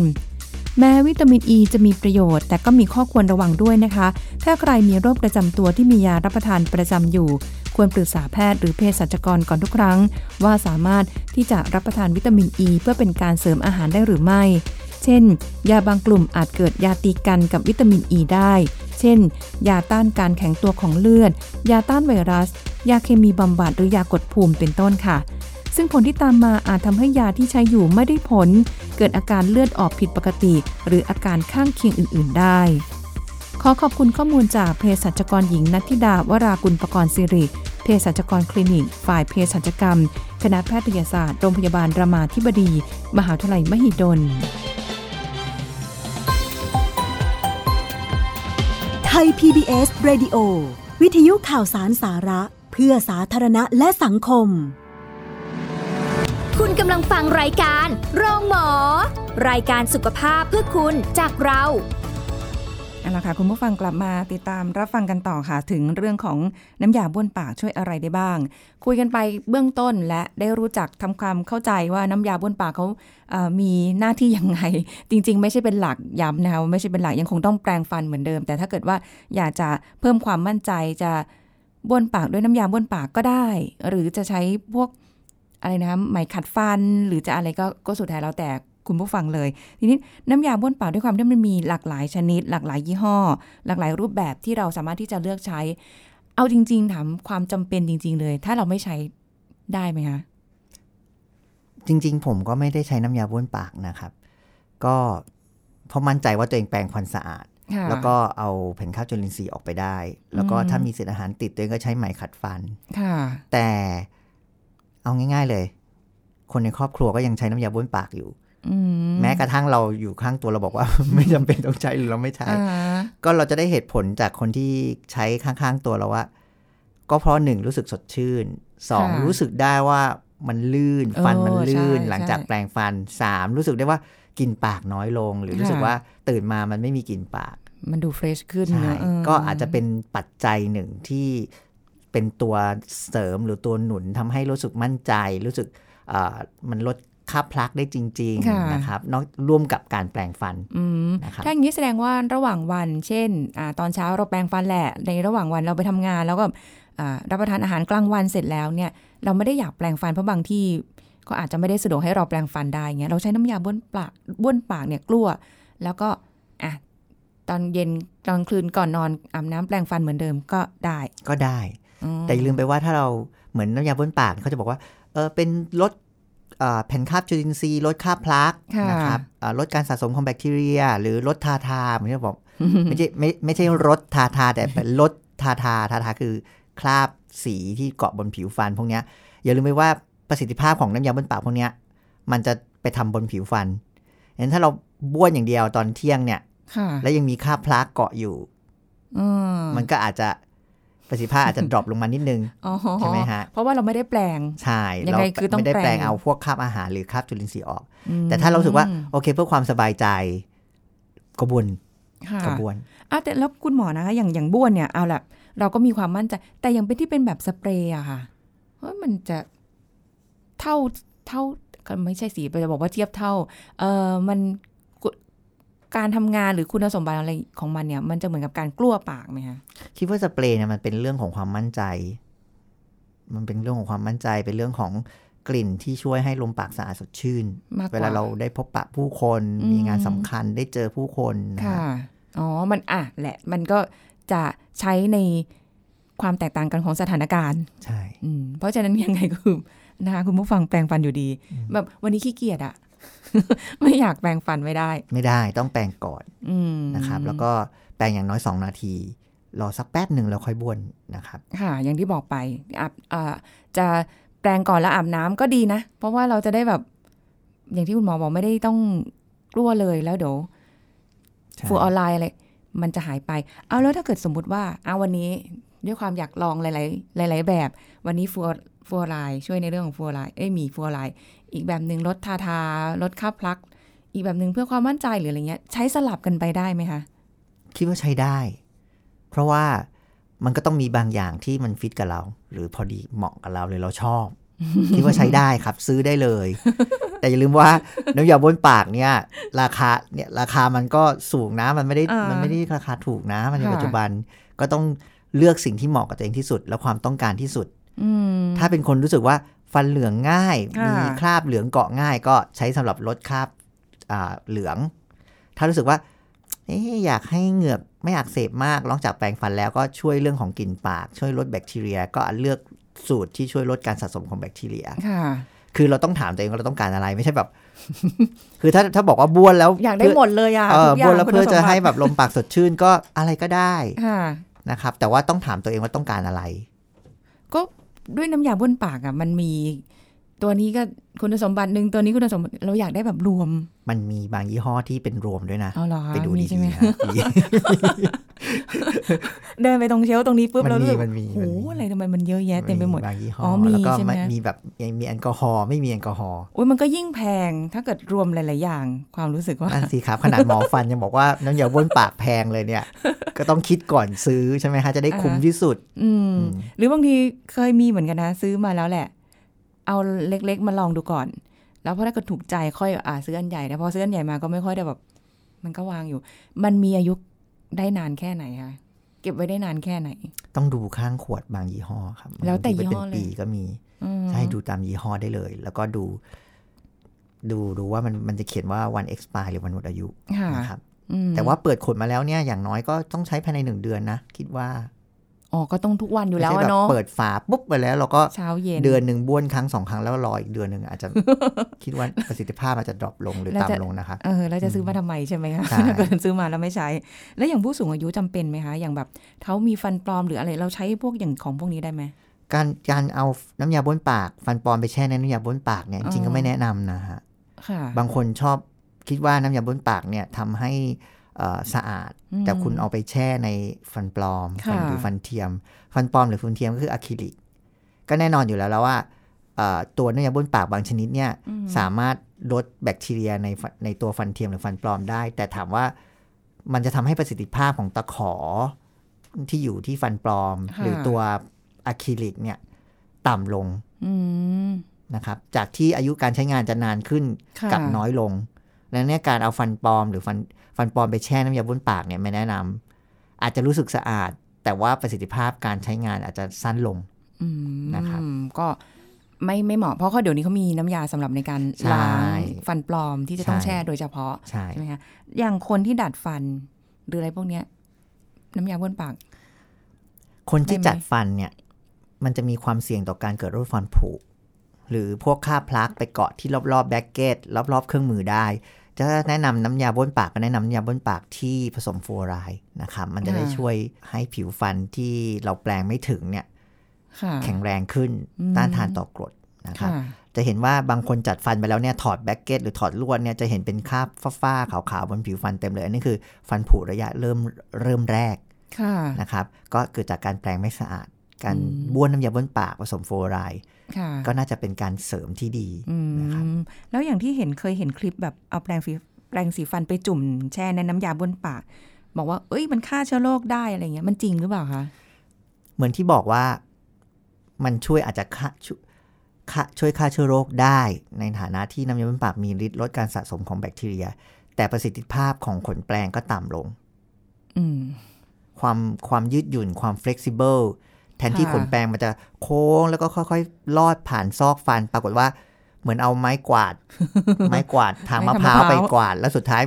[SPEAKER 2] แม้วิตามินอ e ีจะมีประโยชน์ แต่ก็มีข้อควรระวังด้วยนะคะ ถ้าใครมีโรคประจำตัวที่มียารับประทานประจำอยู่ ควรปรึกษาแพทย์หรือเภสัชกรก่อนทุกครั้ง ว่าสามารถที่จะรับประทานวิตามินอ e ีเพื่อเป็นการเสริมอาหารได้หรือไม่ เช่น ยาบางกลุ่มอาจเกิดยาตีกันกับวิตามินอ e ีได้ เช่น ยาต้านการแข็งตัวของเลือด ยาต้านไวรัส ยาเคมีบำบัดหรือยากดภูมิเป็นต้นค่ะ ซึ่งผลที่ตามมาอาจทำให้ยาที่ใช้อยู่ไม่ได้ผล เกิดอาการเลือดออกผิดปกติ หรืออาการข้างเคียงอื่น ๆ ได้ ขอขอบคุณข้อมูลจากเภสัชกรหญิงนัทธิดาวรากุลประกรณ์สิริเภสัชกรคลินิก ฝ่ายเภสัชกรรม คณะแพทยศาสตร์โรงพยาบาลรามาธิบดี มหาวิทยาลัยมหิดล
[SPEAKER 4] ไทย PBS Radio วิทยุข่าวสารสาระ เพื่อสาธารณะและสังคม
[SPEAKER 1] คุณกำลังฟังรายการโรงหมอ รายการสุขภาพเพื่อคุณจากเรา
[SPEAKER 2] เอาละค่ะคุณผู้ฟังกลับมาติดตามรับฟังกันต่อค่ะ ถึงเรื่องของน้ำยาบ้วนปากช่วยอะไรได้บ้าง คุยกันไปเบื้องต้นและได้รู้จักทำความเข้าใจว่าน้ำยาบ้วนปากเขาเอ่อมีหน้าที่ยัง ไง จริง ๆ ไม่ใช่เป็นหลักย้ำนะคะว่าไม่ใช่เป็นหลักยังคงต้องแปรงฟันเหมือนเดิม แต่ถ้าเกิดว่าอยากจะเพิ่มความมั่นใจจะบ้วนปากด้วยน้ำยาบ้วนปากก็ได้ หรือจะใช้พวกอะไรนะไหมขัดฟัน หรือจะอะไรก็ก็สุดแท้แล้วแต่คุณผู้ฟังเลย ทีนี้น้ำยาบ้วนปากด้วยความที่มันมีหลากหลายชนิด หลากหลายยี่ห้อ หลากหลายรูปแบบที่เราสามารถที่จะเลือกใช้ เอาจริง ๆ ถามความจำเป็นจริง ๆ เลย ถ้าเราไม่ใช้ได้ไหมคะ
[SPEAKER 3] จริง ๆ ผมก็ไม่ได้ใช้น้ำยาบ้วนปากนะครับ ก็เพราะมั่นใจว่าตัวเองแปรงฟันสะอาด
[SPEAKER 2] ค่ะ
[SPEAKER 3] แล้วก็เอาแผ่นข้าวจุลินทรีย์ออกไปได้ แล้วก็
[SPEAKER 2] อืม
[SPEAKER 3] ถ้ามีเศษอาหารติดตัวเองก็ใช้ไหมขัดฟัน
[SPEAKER 2] ค่ะ
[SPEAKER 3] แต่เอาง่าย ๆเลย คนในครอบครัวก็ยังใช้น้ำยาบ้วนปากอยู่
[SPEAKER 2] อืม
[SPEAKER 3] แม้กระทั่งเราอยู่ข้างตัวเราบอกว่า ไม่จำเป็นต้องใช้หรือเราไม่ใช้
[SPEAKER 2] อ่า
[SPEAKER 3] ก็เราจะได้เหตุผลจากคนที่ใช้ข้างๆตัวเราว่า ก็เพราะหนึ่งรู้สึกสดชื่น สอง
[SPEAKER 2] ะ
[SPEAKER 3] รู้สึกได้ว่ามันลื่น ฟันมัน
[SPEAKER 2] เออ
[SPEAKER 3] ลื่น
[SPEAKER 2] ใช่
[SPEAKER 3] หลังจาก
[SPEAKER 2] ใช่
[SPEAKER 3] แปรงฟันสามรู้สึกได้ว่ากินปากน้อยลง หรือรู้สึก
[SPEAKER 2] ค่ะ
[SPEAKER 3] ว่าตื่นมามันไม่มีกลิ่นปาก
[SPEAKER 2] มันดูเฟรชขึ้น
[SPEAKER 3] ใช่
[SPEAKER 2] เนอะเ
[SPEAKER 3] ก็อาจจะเป็นปัจจัยหนึ่งที่เป็นตัวเสริมหรือตัวหนุนทำให้รู้สึกมั่นใจ รู้สึกเอ่อมันลดค่าพลักได้จริง
[SPEAKER 2] ค่ะ
[SPEAKER 3] ๆ นะครับนอกร่วมกับการแปลงฟัน
[SPEAKER 2] อืม
[SPEAKER 3] นะครับ
[SPEAKER 2] ถ้าอย่างนี้แสดงว่าระหว่างวัน เช่นอาตอนเช้าเราแปรงฟันแหละ ในระหว่างวันเราไปทำงาน แล้วก็อ่ารับประทานอาหารกลางวันเสร็จแล้วเนี่ย เราไม่ได้อยากแปรงฟันเพราะบางที่ ก็อาจจะไม่ได้สะดวกให้เราแปรงฟันได้เงี้ยเราใช้น้ำยาบ้วนปากบ้วนปากเนี่ยกลัว แล้วก็อ่ะตอนเย็นตอนคืนก่อนนอนอาบน้ำแปรงฟันเหมือนเดิมก็ได้
[SPEAKER 3] ก็ได้
[SPEAKER 2] อืม
[SPEAKER 3] แต่อย่าลืมไปว่าถ้าเราเหมือนน้ำยาบ้วนปากเขาจะบอกว่าเออเป็นลดอ่าแผ่นคราบจุลินทรีย์ลดคราบพลากนะครับอ่าลดการสะสมของแบคทีเรีย หรือลดทาทาเหมือนที่เราบอก ไม่ใช่ไม่ไม่ใช่รถทาทาแต่เป็นรถทาทาทาทาคือคราบสีที่เกาะบนผิวฟันพวกเนี้ยอย่าลืมไปว่าประสิทธิภาพของน้ำยาบนปากพวกเนี้ยมันจะไปทำบนผิวฟันเห็นถ้าเราบ้วนอย่างเดียวตอนเที่ยงเนี่ย
[SPEAKER 2] ค่ะ
[SPEAKER 3] แล้วยังมีคราบพลากเกาะอยู่
[SPEAKER 2] อื
[SPEAKER 3] มันก็อาจจะประสิทธิภาพอาจจะดรอปลงมานิดนึง
[SPEAKER 2] อ๋อ
[SPEAKER 3] ใช่ไหมฮะ
[SPEAKER 2] เพราะว่าเราไม่ได้แปลง
[SPEAKER 3] ใช่
[SPEAKER 2] ยัง
[SPEAKER 3] เรา
[SPEAKER 2] ไงคือต้อง
[SPEAKER 3] ไม่ได้
[SPEAKER 2] แป
[SPEAKER 3] แป
[SPEAKER 2] ล
[SPEAKER 3] ล
[SPEAKER 2] ง
[SPEAKER 3] งเอาพวกคราบอาหารหรือคราบจุลินทรีย์ออก
[SPEAKER 2] อืม
[SPEAKER 3] แต่ถ้าเรารู้สึกว่าโอเคเพื่อความสบายใจกระบวน
[SPEAKER 2] ค่ะ
[SPEAKER 3] กระบวน
[SPEAKER 2] อ่ะแต่แล้วคุณหมอนะคะอย่างอย่างบ้วนเนี่ยเอาละเราก็มีความมั่นใจ แต่อย่างเป็นที่เป็นแบบสเปรย์อะค่ะเฮ้ยมันจะเท่าเท่าก็ไม่ใช่สีจะบอกว่าเทียบเท่า เออมันกุการทำงานหรือคุณสมบัติอะไรของมันเนี่ย มันจะเหมือนกับการกลั้วปากไหมคะ
[SPEAKER 3] คิดว่าสเปรย์เนี่ยมันเป็นเรื่องของความมั่นใจ มันเป็นเรื่องของความมั่นใจ เป็นเรื่องของกลิ่นที่ช่วยให้ลมปากสะอาดสดชื่น
[SPEAKER 2] มากก
[SPEAKER 3] เว
[SPEAKER 2] ว่า
[SPEAKER 3] ลาเราได้พบปะผู้คน
[SPEAKER 2] อืม
[SPEAKER 3] มีงานสำคัญได้เจอผู้คนนะ
[SPEAKER 2] ค่ะ
[SPEAKER 3] ฮะ
[SPEAKER 2] อ๋อมันอ่ะแหละ มันก็จะใช้ในความแตกต่างกันของสถานการณ์
[SPEAKER 3] ใช่
[SPEAKER 2] อืมเพราะฉะนั้นยังไงก็คือนะคะคุณผู้ฟังแปลงฟันอยู่ดี แบบวันนี้ขี้เกียจอะ ไม่อยากแปลงฟันไม่ได้
[SPEAKER 3] ไม่ได้ต้องแปรงก่อน
[SPEAKER 2] อืม
[SPEAKER 3] นะครับ แล้วก็แปรงอย่างน้อย 2 นาที รอสักแป๊บหนึ่งแล้วค่อยบ้วนนะครับ
[SPEAKER 2] ค่ะ อย่างที่บอกไปอาบเอ่อจะแปลงก่อนแล้วอาบน้ำก็ดีนะ เพราะว่าเราจะได้แบบ อย่างที่คุณหมอบอกไม่ได้ต้องกลัวเลยแล้วเดี๋ยว
[SPEAKER 3] ใช่
[SPEAKER 2] ฟูออนไลน์อะไรมันจะหายไป เอาแล้วถ้าเกิดสมมุติว่าเอาวันนี้ด้วยความอยากลองหลาย ๆ หลาย ๆ แบบ วันนี้ฟูฟูออนไลน์ช่วยในเรื่องของฟูออนไลน์เอ้ยมีฟูออนไลน์อีกแบบหนึ่งลดทาทาลดค่าพลัก อีกแบบหนึ่งเพื่อความมั่นใจหรืออะไรเงี้ย ใช้สลับกันไปได้ไหมคะ
[SPEAKER 3] คิดว่าใช้ได้ เพราะว่ามันก็ต้องมีบางอย่างที่มันฟิตกับเรา หรือพอดีเหมาะกับเราเลยเราช อบ คิดว่าใช้ได้ครับ ซื้อได้เลย แต่อย่าลืมว่าน้ำยาบ้วนปากเนี่ย ราคาเนี่ยราคามันก็สูงนะมันไม่ได้
[SPEAKER 2] ามั
[SPEAKER 3] มันไม่ได้ราคาถูกนะมันใน
[SPEAKER 2] ค่ะ
[SPEAKER 3] ปัจจุบันก็ต้องเลือกสิ่งที่เหมาะกับตัวเองที่สุด และความต้องการที่สุด
[SPEAKER 2] อืม
[SPEAKER 3] ถ้าเป็นคนรู้สึกว่าฟันเหลืองง่าย
[SPEAKER 2] ค่ะ
[SPEAKER 3] มีคราบเหลืองเกาะง่าย ก็ใช้สำหรับลดคราบอ่าเหลือง ถ้ารู้สึกว่าเอ๊ะอยากให้เหงือกไม่อักเสบมากลองจากแปรงฟันแล้วก็ช่วยเรื่องของกลิ่นปาก ช่วยลดแบคทีเรีย ก็เลือกสูตรที่ช่วยลดการสะสมของแบคทีเรีย
[SPEAKER 2] ค่ะ
[SPEAKER 3] คือเราต้องถามตัวเองว่าเราต้องการอะไรไม่ใช่แบบ คือถ้าถ้าบอกว่าบ้วนแล้ว
[SPEAKER 2] อยากได้หมดเลยอะ
[SPEAKER 3] เออ
[SPEAKER 2] ทุกย่า
[SPEAKER 3] บ้
[SPEAKER 2] ง
[SPEAKER 3] วนแล้ว
[SPEAKER 2] คุณ
[SPEAKER 3] เพื่อจะ
[SPEAKER 2] สมติ
[SPEAKER 3] ให้แบบลมปากสดชื่นก็อะไรก็ได้
[SPEAKER 2] ค่ะ
[SPEAKER 3] นะครับ แต่ว่าต้องถามตัวเองว่าต้องการอะไร
[SPEAKER 2] ก็ด้วยน้ำยาบ้วนปากอะมันมี ตัวนี้ก็คุณสมบัติหนึ่งตัวนี้คุณสมบัติเราอยากได้แบบรวม
[SPEAKER 3] มันมีบางยี่ห้อที่เป็นรวมด้วยนะ
[SPEAKER 2] เอาเหรอคะ
[SPEAKER 3] ไปดู
[SPEAKER 2] มี
[SPEAKER 3] ดี
[SPEAKER 2] ใช่ไหม
[SPEAKER 3] ๆนะดี
[SPEAKER 2] เดินไปตรงเชลฟ์ตรงนี้ปุ๊บ
[SPEAKER 3] มัน
[SPEAKER 2] เรารู้สึก
[SPEAKER 3] มีมันมี
[SPEAKER 2] โอ้โห
[SPEAKER 3] มันมี
[SPEAKER 2] อะไรทำไมมันเยอะแยะเต็มไปหมด
[SPEAKER 3] บางยี่ห้อ
[SPEAKER 2] อ
[SPEAKER 3] อ
[SPEAKER 2] มี
[SPEAKER 3] แล้วก็
[SPEAKER 2] ใช่ไหม
[SPEAKER 3] มันมีแบบยังมีแอลกอฮอล์ไม่มีแอลกอฮอล์
[SPEAKER 2] อุ้ยมันก็ยิ่งแพงถ้าเกิดรวมหลาย ๆ อย่าง ความรู้สึกว่า
[SPEAKER 3] นั่นสิครับ ขนาดหมอฟันยังบอกว่าน้ำยาบ้วนปากแพงเลยเนี่ย ก็ต้องคิดก่อนซื้อใช่ไหมฮะจะได้คุ้มที่สุด
[SPEAKER 2] อืม
[SPEAKER 3] อืม
[SPEAKER 2] หรือบางทีเคยมีเหมือนกันนะ ซื้อมาแล้วแหละ เอาเล็ก ๆ มาลองดูก่อน แล้วพอถ้าเกิดถูกใจค่อยอ่าซื้ออันใหญ่แต่พอซื้ออันใหญ่มาก็ไม่ค่อยได้แบบ มันก็วางอยู่ มันมีอายุได้นานแค่ไหนคะเก็บไว้ได้นานแค่ไหน
[SPEAKER 3] ต้องดูข้างขวดบางยี่ห้อครับ
[SPEAKER 2] แล้วแต่
[SPEAKER 3] บางที
[SPEAKER 2] ยี่ห้
[SPEAKER 3] ก็
[SPEAKER 2] อเล
[SPEAKER 3] เป็น
[SPEAKER 2] ย
[SPEAKER 3] ปีก็มี
[SPEAKER 2] อืม
[SPEAKER 3] ใช่ดูตามยี่ห้อได้เลย แล้วก็ดู ดูดูว่ามันมันจะเขียนว่าวัน expire หรือวันหมดอายุ
[SPEAKER 2] ค่ะ
[SPEAKER 3] นะครับ
[SPEAKER 2] อืม
[SPEAKER 3] แต่ว่าเปิดขวดมาแล้วเนี่ยอย่างน้อยก็ต้องใช้ภายในหนึ่งเดือนนะ คิดว่า
[SPEAKER 2] อ๋อ ก็ต้องทุกวันอยู่แล้ว
[SPEAKER 3] ไม่
[SPEAKER 2] อะ
[SPEAKER 3] ใช่บบ
[SPEAKER 2] เนาะ
[SPEAKER 3] เปิดฝาปุ๊บไปแล้วเราก็
[SPEAKER 2] เช้าเย็น
[SPEAKER 3] เดือนหนึ่งบ้วนครั้งสองครั้งแล้วรออีกเดือนหนึ่งอาจ จะ คิดว่าประสิทธิภาพอาจจะดรอปลงหรือต่ำลงนะครับ
[SPEAKER 2] เออแล้วจะซื้อมาทำไมใช่ไหมคะ
[SPEAKER 3] ใช่
[SPEAKER 2] ถ้าเกิดซื้อมาแล้วไม่ใช้ แล้วอย่างผู้สูงอายุจำเป็นไหมคะ อย่างแบบเขามีฟันปลอมหรืออะไรเราใช้พวกอย่างของพวกนี้ได้ไหม
[SPEAKER 3] การการเอาน้ำยาบ้วนปาก ฟันปลอมไปแช่ในน้ำยาบ้วนปากเนี่ยจริงๆก็ไม่แนะนำนะฮะ
[SPEAKER 2] ค่ะ
[SPEAKER 3] บางคนชอบคิดว่าน้ำยาบ้วนปากเนี่ยทำให้เอ่อสะอาด
[SPEAKER 2] อืม
[SPEAKER 3] แต่คุณเอาไปแช่ในฟันปลอม
[SPEAKER 2] ค่ะ
[SPEAKER 3] ฟัหรือฟันเทียม ฟันปลอมหรือฟันเทียมก็คืออะคริลิก ก็แน่นอนอยู่แล้วแล้วว่าเอ่อตัวน้ำยาบ้วนปากบางชนิดเนี่ยสามารถลดแบคทีเรียในฟันในตัวฟันเทียมหรือฟันปลอมได้ แต่ถามว่ามันจะทำให้ประสิทธิภาพของตะขอที่อยู่ที่ฟันปลอม หรือตัวอะคริลิกเนี่ยต่ำลง
[SPEAKER 2] อืม
[SPEAKER 3] นะครับจากที่อายุการใช้งานจะนานขึ้น
[SPEAKER 2] ค่ะ
[SPEAKER 3] กับน้อยลงดังนั้นเนี่ยการเอาฟันปลอมหรือฟันฟันปลอมไปแช่น้ำยาบ้วนปากเนี่ยไม่แนะนำอาจจะรู้สึกสะอาด แต่ว่าประสิทธิภาพการใช้งานอาจจะสั้นลง
[SPEAKER 2] อืม
[SPEAKER 3] นะครับ
[SPEAKER 2] ก็ ไม่ไม่เหมาะเพราะเขาเดี๋ยวนี้เขามีน้ำยาสำหรับในการ
[SPEAKER 3] ใช่
[SPEAKER 2] ล้างฟันปลอมที่จะต้อง
[SPEAKER 3] ใช่
[SPEAKER 2] แช่โดยเฉพาะ
[SPEAKER 3] ใช่
[SPEAKER 2] ใช่ไหมคะอย่างคนที่ดัดฟัน หรืออะไรพวกเนี้ย น้ำยาบ้วนปาก
[SPEAKER 3] คนที่
[SPEAKER 2] ได้ไหม
[SPEAKER 3] จัดฟันเนี่ย มันจะมีความเสี่ยงต่อการเกิดโรคฟันผุหรือพวกคราบพลักไปเกาะที่รอบๆแบ็กเก็ตรอบๆ เครื่องมือได้ จะแนะนำน้ำยาบ้วนปากก็แนะนำน้ำยาบ้วนปากที่ผสมฟลูออไรด์นะครับมันจะได้
[SPEAKER 2] อ่า
[SPEAKER 3] ช่วยให้ผิวฟันที่เราแปลงไม่ถึงเนี่ย
[SPEAKER 2] ค่ะ
[SPEAKER 3] แข็งแรงขึ้น
[SPEAKER 2] อืม
[SPEAKER 3] ต้านทานต่อกรดนะครับ
[SPEAKER 2] ค่ะ
[SPEAKER 3] จะเห็นว่าบางคนจัดฟันไปแล้วเนี่ยถอดแบ็กเก็ตหรือถอดลวดเนี่ยจะเห็นเป็นคราบฟ้าๆขาวๆบนผิวฟันเต็มเลย อันนี้คือฟันผุระยะเริ่มเริ่มแรก
[SPEAKER 2] ค่ะ
[SPEAKER 3] นะครับ ก็เกิดจากการแปรงไม่สะอาด การ
[SPEAKER 2] อืม
[SPEAKER 3] บ้วนน้ำยาบ้วนปากผสมฟลูออไรด์
[SPEAKER 2] ค่ะ
[SPEAKER 3] ก็น่าจะเป็นการเสริมที่ดี
[SPEAKER 2] อื
[SPEAKER 3] นะครับ
[SPEAKER 2] มแล้วอย่างที่เห็นเคยเห็นคลิปแบบเอาแปรงสีแปรงสีฟันไปจุ่มแช่ในน้ำยาบ้วนปาก บอกว่า เอ้ยมันฆ่าเชื้อโรคได้อะไรเงี้ยมันจริงหรือเปล่าคะ
[SPEAKER 3] เหมือนที่บอกว่ามันช่วยอาจจะฆ่าชฆ่าช่วยฆ่าเชื้อโรคได้ ในฐานะที่น้ำยาบ้วนปากมีฤทธิ์ลดการสะสมของแบคทีเรีย แต่ประสิทธิภาพของขนแปรงก็ต่ำลง
[SPEAKER 2] อืม
[SPEAKER 3] ความความยืดหยุ่นความ flexible แทนที่
[SPEAKER 2] ค่ะ
[SPEAKER 3] ขนแปรงมันจะโค้งแล้วก็ค่อยๆ ลอดผ่านซอกฟัน ปรากฏว่าเหมือนเอาไม้กวา ด ไม้กวาดทางมะพร้าวไปกวาด แล้วสุดท้าย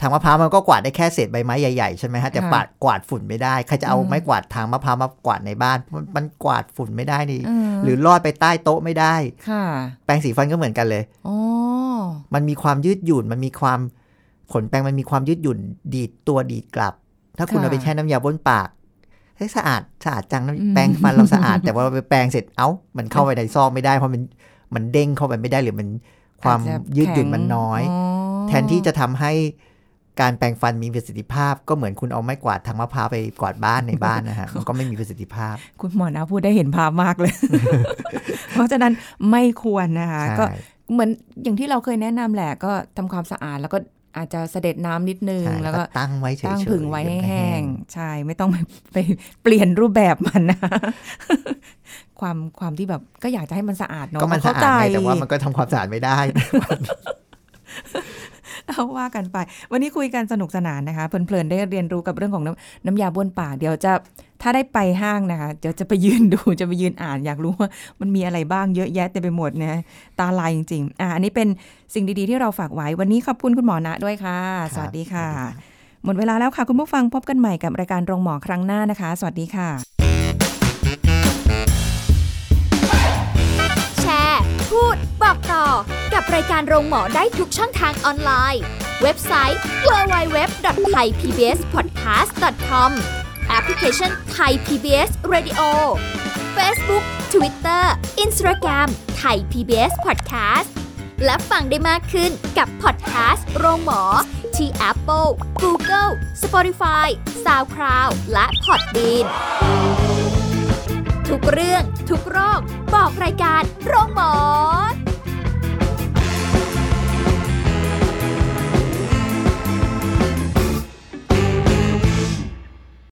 [SPEAKER 3] ทางมะพร้าวมันก็กวาดได้แค่เศษใบไม้ใหญ่ๆ ใช่ไหมฮะแต่ปาดกวาดฝุ่นไม่ได้ ใครจะเอาไม้กวาดทางมะพร้าวมากวาดในบ้านมันมันกวาดฝุ่นไม่ได้นี่
[SPEAKER 2] เออ
[SPEAKER 3] หรือลอดไปใต้โต๊ะไม่ได้
[SPEAKER 2] ค่ะ
[SPEAKER 3] แปรงสีฟันก็เหมือนกันเลย
[SPEAKER 2] อ๋อ
[SPEAKER 3] มันมีความยืดหยุ่น มันมีความขนแปรงมันมีความยืดหยุ่น ดีดตัวดีดกลับ ถ้าคุณ
[SPEAKER 2] ค่ะ
[SPEAKER 3] เอาไปแช่น้ำยาบ้วนปากเฮ้ยสะอาดสะอาดจัง
[SPEAKER 2] อืม
[SPEAKER 3] น้ำแปรงฟันเราสะอา ด แต่ว่าเราไปแปรงเสร็จเอ้า มันเข้าไปในซอกไม่ได้เพราะมันมันเด้งเข้าไปไม่ได้หรือมันความ
[SPEAKER 2] อจจะ
[SPEAKER 3] ยืดหยุ่นมันน้อย
[SPEAKER 2] แข็ง
[SPEAKER 3] แทนที่จะทำให้การแปรงฟันมีประสิทธิภาพ ก็เหมือนคุณเอาไม้กวาดทางมะพร้าวไปกวาดบ้านในบ้าน นะฮะมันก็ไม่มีประสิทธิภาพ
[SPEAKER 2] คุณหมอนะพูดได้เห็นภาพ มากเลย เพราะฉะนั้นไม่ควรนะคะ ก็
[SPEAKER 3] ใช่
[SPEAKER 2] เหมือนอย่างที่เราเคยแนะนำแหละก็ทำความสะอาดแล้วก็อาจจะเสด็จน้ำนิดนึง
[SPEAKER 3] ใช่
[SPEAKER 2] แล้วก็
[SPEAKER 3] ตั้งไว้เฉยๆ
[SPEAKER 2] ตั้งผึ่งไว้ให้
[SPEAKER 3] เดี๋ยวมัน
[SPEAKER 2] แห้
[SPEAKER 3] แห้
[SPEAKER 2] ง
[SPEAKER 3] ง
[SPEAKER 2] ใช่ไม่ต้องไปไปเปลี่ยนรูปแบบมันนะ ความความที่แบบก็อยากจะให้มันสะอาดเนาะ
[SPEAKER 3] ก็มันสะอาด
[SPEAKER 2] เข้ใจ
[SPEAKER 3] ไงแต่ว่ามันก็ทำความสะอาดไม่ได้
[SPEAKER 2] เอาว่ากันไป วันนี้คุยกันสนุกสนานนะคะเพลินๆได้เรียนรู้กับเรื่องของน้ำน้ำยาบ้วนปากเดี๋ยวจะถ้าได้ไปห้างนะคะเดี๋ยวจะไปยืนดู จะไปยืนอ่านอยากรู้ว่ามันมีอะไรบ้างเยอะแยะเต็มไปหมดนะตาลายจริงๆอ่ะอันนี้เป็นสิ่งดีๆที่เราฝากไว้วันนี้ขอบคุณคุณหมอณะด้วยค่ะ
[SPEAKER 3] ครับ
[SPEAKER 2] สวัสดีค่ะ
[SPEAKER 3] สวัสดีครับ
[SPEAKER 2] หมดเวลาแล้วค่ะคุณผู้ฟังพบกันใหม่กับรายการโรงหมอครั้งหน้านะคะ สวัสดีค่ะ
[SPEAKER 1] แชร์ พูด บอกต่อ กับรายการโรงหมอได้ทุกช่องทางออนไลน์ เว็บไซต์ www.thaipbspodcast.com แอปพลิเคชัน Thai PBS Radio Facebook Twitter Instagram Thai PBS Podcast และฟังได้มากขึ้นกับพอดแคสต์โรงหมอ ที่ Apple, Google, Spotify, SoundCloud และ Podbean ทุกเรื่องทุกโรค บอกรายการโรงหมอ